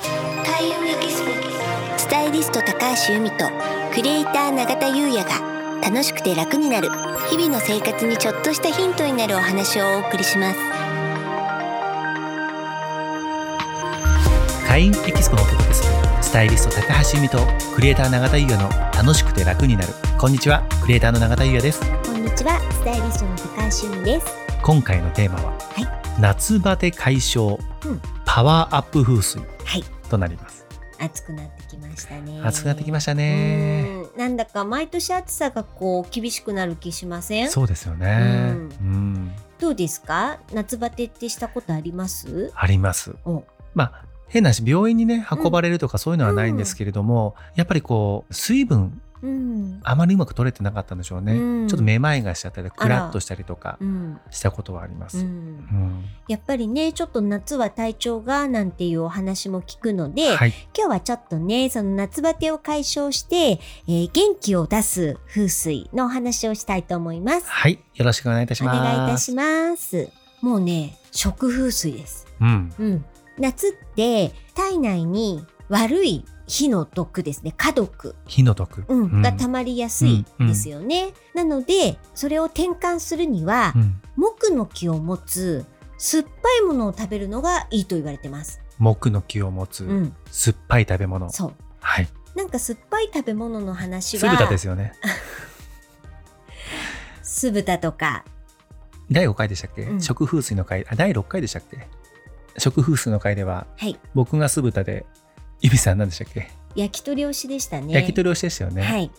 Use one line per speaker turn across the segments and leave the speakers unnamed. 田優也ギススタイリスト高橋由美とクリエイター永田優也が楽しくて楽になる日々の生活にちょっとしたヒントになるお話をお送りします
会員エキスポの男ですスタイリスト高橋由美とクリエイター永田優也の楽しくて楽になるこんにちはクリエイターの永田優也です
こんにちはスタイリストの高橋由美です
今回のテーマは、夏バテ解消、
うん
パワーアップ風水
はい
となります
暑くなってきましたね
暑くなってきま
し
した
た
ね
なんだか毎年暑さがこう厳しくなる気しません
そうですよねうん、
どうですか夏バテってしたことあります
あります
お
まあ変な話病院にね運ばれるとかそういうのはないんですけれども、やっぱりこう水分
うん
あまりうまく取れてなかったんでしょうね、
うん
ちょっとめまいがしちゃったり
あら
クラッとしたりとか
うん
したことはありま
う
す、うん
んやっぱりねちょっと夏は体調がなんていうお話も聞くので、
はい
今日はちょっとねその夏バテを解消して、えー元気を出す風水のお話をしたいと思います。
はい、よろしくお願いいたし
お
ます。
願いいたします。もうね食風水です。
うん、
うん、夏って体内に悪い火の毒ですね火毒、
火の毒。
うん
うん
が溜まりやすいですよね。なのでそれを転換するには、
うん
木の木を持つ酸っぱいものを食べるのがいいと言われてます。
木の木を持つ、
うん、
酸っぱい食べ物。
そう。
はい、
なんか酸っぱい食べ物の話は
酢豚ですよね。
酢豚とか
第5回でしたっけ、
うん
食風水の回、あ、第6回でしたっけ食風水の回では、
はい
僕が酢豚で、ゆみさんなんでしたっけ、
焼き鳥推しでしたね。
焼き鳥をしてしたよね。
はい。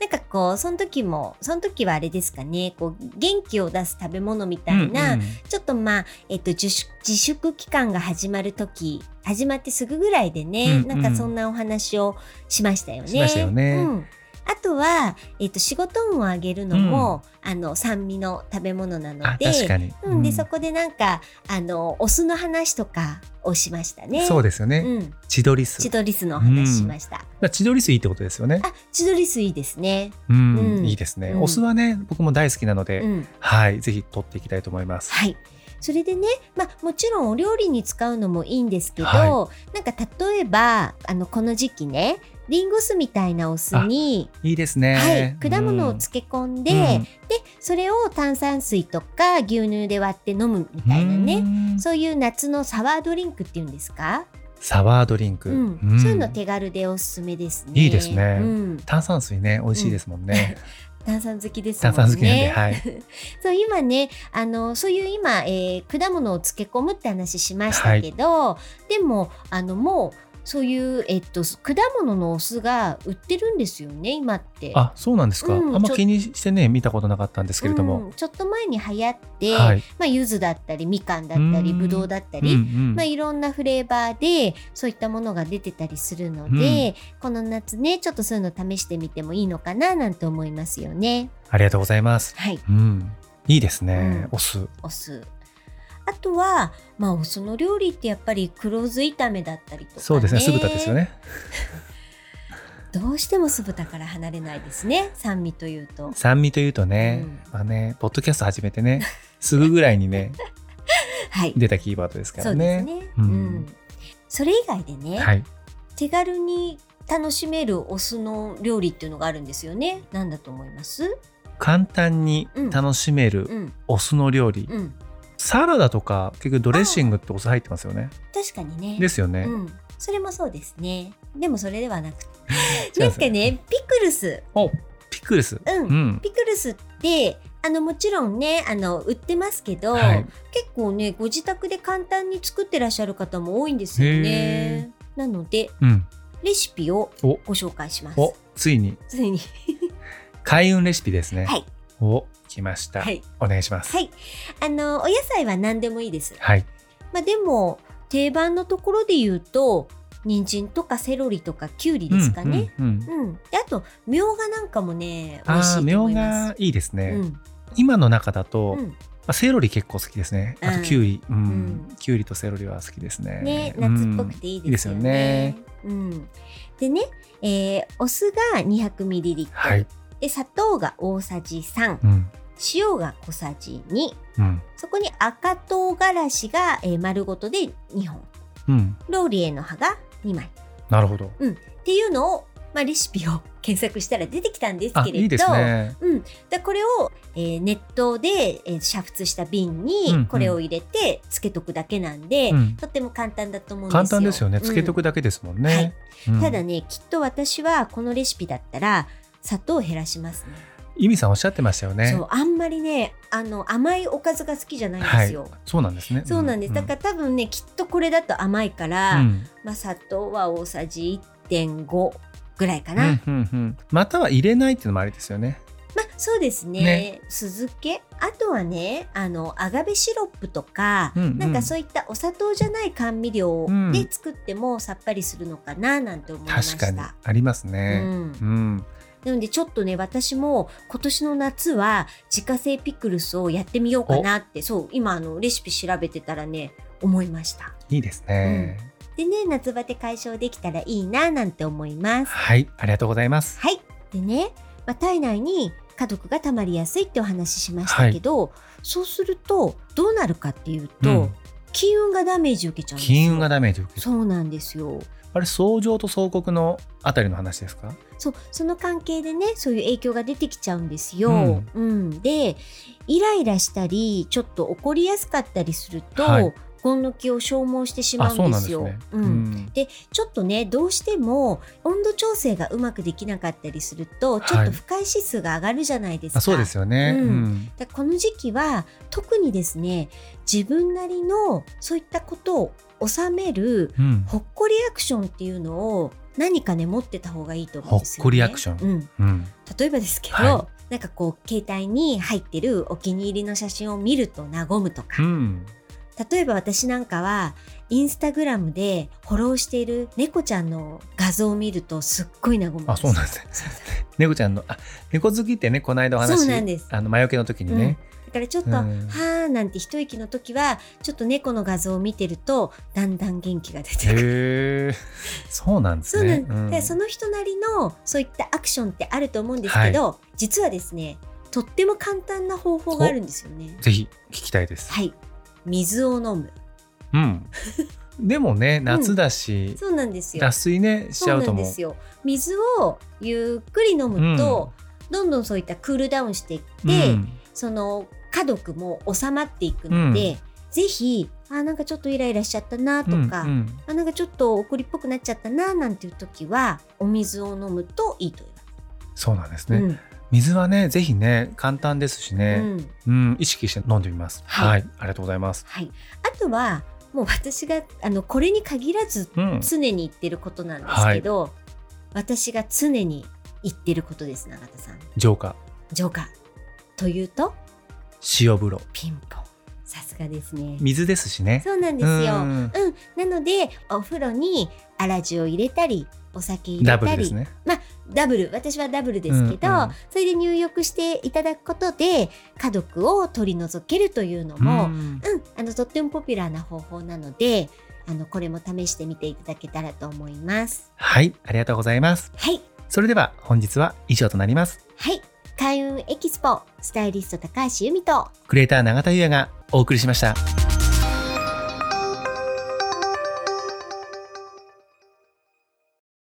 なんかこうその時もその時はあれですかねこう元気を出す食べ物みた
うん
いな、
うん
ちょっとまあ、えっと、自粛自粛期間が始まる時始まってすぐぐらいでね、
うんうん
なんかそんなお話をしましたよね。
しましたよね
うんあとは、えっと、仕事運を上げるのも、あの酸味の食べ物なの
あ、
で
確かに。
うん、でそこでなんかあのお酢の話とかをしましたね。
そうですよね。
うん、
千鳥酢
千。鳥酢のお話しました。
まあ千鳥酢いいってことですよね。
あ、千鳥酢いいですね。
うん、
うん
いいですね、
うん
お酢はね、僕も大好きなので、
うん、
はい、ぜひ取っていきたいと思います。
はい。それでね、まあ、もちろんお料理に使うのもいいんですけど、
は
なんか例えばあのこの時期ねリンゴ酢みたいなお酢に、
いいですね。
はい、果物を
うん
漬け込んで、
うん
でそれを炭酸水とか牛乳で割って飲むみたいなね、
うん
そういう夏のサワードリンクっていうんですか、
サワードリンク、
うん
うん
そういうの手軽でおすすめですね。
いいですね
うん、
炭酸水ね美味しいですもんね、
炭酸好きですもん
炭
ね。
酸好きなんで、はい
そう今ねあのそういう今、えー果物を漬け込むって話しましたけど、でもあのもうそういう、えっと、果物のお酢が売ってるんですよね今って。
あそうなんですか、
うん
あんま
ちょ
気にしてね見たことなかったんですけれども、
うんちょっと前に流行って、
はい
まあ、柚子だったりみかんだったり
うん
ぶどうだった
うん
り、
うん
まあ、いろんなフレーバーでそういったものが出てたりするので、この夏ねちょっとそういうの試してみてもいいのかななんて思いますよね。
ありがとうございます、
はい、
うん、いいですね、
う
お酢
お酢あとは、まあ、お酢の料理ってやっぱり黒酢炒めだったりとか、ね、
そうですね酢豚ですよね
どうしても酢豚から離れないですね酸味というと
酸味というとね、
うん
まあねポッドキャスト始めてね すぐぐらいにね
はい
出たキーワードですか
そ
ら
うです
ね
ね、
う
うんんそれ以外でね、
はい
手軽に楽しめるお酢の料理っていうのがあるんですよねなんだと思います
簡単に楽しめ
う
る
ん
お酢の料理、
うん
サラダとか結局ドレッシングってお酢入ってますよね
確かにね
ですよね、
うん、それもそうですねでもそれではなく てなんん
違うです
かねピクルス
おピクルス
うん
うん
ピクルスってあのもちろんねあの売ってますけど、
はい
結構ねご自宅で簡単に作ってらっしゃる方も多いんですよね。なので
うん
レシピを
お
ご紹介します。
おついに
ついに
開運レシピですね。
はい
お来ました、
はい
お願いします。
はいあのお野菜は何でもいいです。
はい。
まあ、でも定番のところで言うと人参とかセロリとかきゅうりですかね。
うんうんうん
うん、であとみょうがなんかもね美味し
ああ、
い
み
と
ょ
思
う
います
が。いいですね。
うん
今の中だと、
う
ま
ん
あ、セロリ結構好きですね。あと
うん
きゅうり、うん
うん
きゅうりとセロリは好きですね。
ね、夏っぽくていいですよね。うん、でね、えーお酢が 200ml、
うんはい。
で砂糖が大さじ3
うん
塩が小さじ2
うん
そこに赤唐辛子が、えー丸ごとで2本
うん
ローリエの葉が2枚
なるほど。
っていうのを、まあ、レシピを検索したら出てきたんです
あ、
けれど
いいですね。
うん、だこれを、えーネットで、えー煮沸した瓶
うんうん
にこれを入れてつけとくだけなんで、
うん
とっても簡単だと思うんですよ。
簡単ですよね。つけと
く、
くだけですもんね。
う
うんん
ただねきっと私はこのレシピだったら砂糖を減らしますね。
イミさんおっしゃってましたよね
そ。うあんまりねあの甘いおかずが好きじゃないん
は
です
い
よ。。
そうなんですね。
そうなんです、だから多分ねきっとこれだと甘いから、
うん
まあ、砂糖は大さじ1.5ぐらいか
う
な、
んうんうん、または入れないっていうのもあれですよね。
まあそうですね
ね
酢漬けあとはねあのアガベシロップとか、
うんうん
なんかそういったお砂糖じゃない甘味料
うん
で作ってもさっぱりするのかななんて思いまし
確
た、
かにあります
う
ね。
ん
うん、
なのでちょっとね私も今年の夏は自家製ピクルスをやってみようかなってそう今あのレシピ調べてたらね思いました
いいですね。
でね夏バテ解消できたらいいななんて思います
はい、ありがとうございます。
はい。でね、まあ、体内に家毒がたまりやすいってお話ししましたけど、そうするとどうなるかっていうと、
うん
金運がダメージ受けちゃうんですよ。
金運がダメージを受ける。
そうなんですよ。
あれ、相乗と相国のあたりの話ですか。
そうその関係でねそういう影響が出てきちゃうんですよ。
うん
うんでイライラしたりちょっと怒りやすかったりすると、
はい
ゴンの気を消耗してし
あ、
まう
そう
で
んなんですす
よ。
ね。
うんちょっとねどうしても温度調整がうまくできなかったりするとちょっと不快指数が上がるじゃないですか。
あ、そうですよね。
うん
うん
だからこの時期は特にですね自分なりのそういったことを収める
うん
ほっこりアクションっていうのを何かね持ってた方がいいと思うんですよ、ね。
ほっこりアクション
うん、
うん
例えばですけど、
は
なんかこう携帯に入ってるお気に入りの写真を見ると和むと
う
か、
ん
例えば私なんかはインスタグラムでフォローしている猫ちゃんの画像を見るとすっごい和むんですよ
あ、そうなんですね。
そうそう
猫ちゃんの、あ、猫好きってね、この間お話。
そうなんです
あの、魔除けの時にね。
だからちょっと、
うん
はーなんて一息の時はちょっと猫の画像を見てるとだんだん元気が出てくる。
へ え。そうなんで
そ
す
うな
ね
ん。で
うん
その人なりのそういったアクションってあると思うんですけど、実はですねとっても簡単な方法があるんですよね。
ぜひ聞きたいです。
はい水を飲む
うん。でもね、夏だし、
そうなんですよ
脱。水ね、しち
そ
ゃう
うな
と
んで
も。
すよ水をゆっくり飲むと、どんどんそういったクールダウンしていって、
うん
その家毒も収まっていくので、ぜひあなんかちょっとイライラしちゃったなとか、
うんうん
あなんかちょっと怒りっぽくなっちゃったななんていう時はお水を飲むといいと
そうなんです
言
ね。
います、
水はね、ぜひね、簡単ですし
うん
ね、
うん
うん、意識して飲んでみます。
はい
はい、ありがとうございます。
はい、あとはもう私があのこれに限らず
うん、
常に言ってることなんですけど、私が常に言ってることです永田さん。
浄化、
ジョーカーというと
塩風呂、
ピンポンさすがですね。
水ですしね。
そうなんですよ。
う
う
ん
ん、なのでお風呂に粗塩を入れたりお酒入
ダ
れ
ブ
た
ルで
り
すね。
ダブル私はダブルですけど、
うんうん
それで入浴していただくことで家毒を取り除けるというのも、う
うんん
あのとってもポピュラーな方法なのであのこれも試してみていただけたらと思います。
はい、ありがとうございます。
はい、
それでは本日は以上となります。
はい、開運エキスポスタイリスト高橋由美と
クリエイター永田優也がお送りしました。